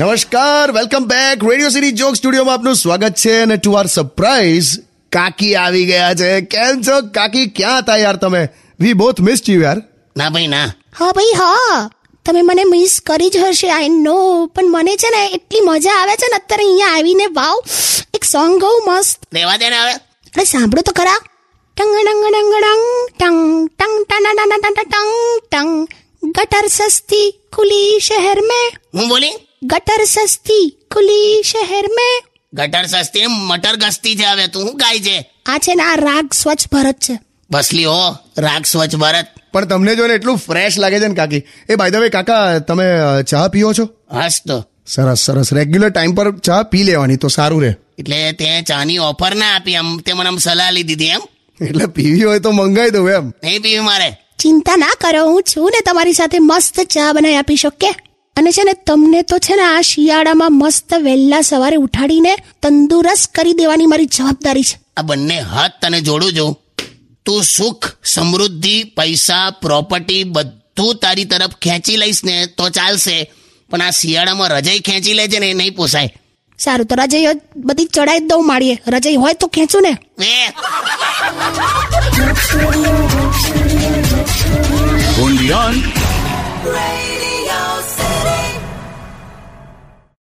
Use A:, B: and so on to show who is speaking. A: નમસ્કાર welcome back radio city joke સ્ટુડિયોમાં આપનું સ્વાગત છે અને ટુ આર સરપ્રાઈઝ કાકી આવી ગયા છે કેમ છો કાકી ક્યાં હતા યાર તમે વી બોથ મિસ્ડ યુ યાર
B: ના ભાઈ ના
C: હા ભાઈ હા તમે મને મિસ કરી જ હશે આઈ નો પણ મને છે ને એટલી મજા આવે છે ને અત્યારે અહીંયા આવીને વાવ એક સોંગ ગઉ મસ્ત
B: રેવા દે ને હવે
C: અરે સાંભળો તો ખરા ટંગ ડંગ ડંગ ડંગ ટંગ ટંગ ટંગ ટંગ ટંગ ટંગ ટંગ ગટર સસ્તી ખુલી શહેર મેં
B: હું બોલી
C: ગટર સસ્તી ખુલી શહેર મેં
B: ગટર સસ્તી ને મટર ગસ્તી છે હવે તું શું ગાય છે
C: આ છે ને આ રાગ સ્વચ્છ ભરત છે
B: ભસલી હો રાગ સ્વચ્છ ભારત
A: પણ તમને જોઈને એટલું ફ્રેશ લાગે છે ને કાકી એ બાય ધ વે કાકા તમે અ, ચા પીઓ છો
B: હસ તો
A: સરસ સરસ રેગ્યુલર ટાઈમ પર ચા પી લેવાની તો સારું રહે
B: એટલે તે ચાની ઓફર ના આપી એમ તે મને આમ સલાહ લીધી હતી એમ
A: એટલે પીવી હોય તો મંગાવી દઉં એમ
B: નહીં પીવી મારે
C: ચિંતા ના કરો હું છું ને તમારી સાથે મસ્ત ચા બનાવી આપી શકે અને છે ને તમને તો છે ને આ શિયાળામાં મસ્ત વહેલા સવારે ઉઠાડીને તંદુરસ્ત કરી દેવાની મારી જવાબદારી છે
B: આ બંને હાથ તને જોડું છું તું સુખ સમૃદ્ધિ પૈસા પ્રોપર્ટી બધું તારી તરફ ખેંચી લઈશ ને તો ચાલશે પણ આ શિયાળામાં રજાઈ ખેંચી લે છે ને એ નહીં પોસાય
C: સારું તો રજાઈ બધી ચડાઈ જ દઉં માળીએ રજાઈ હોય તો ખેંચું ને
B: એ
D: Undian.
E: Radio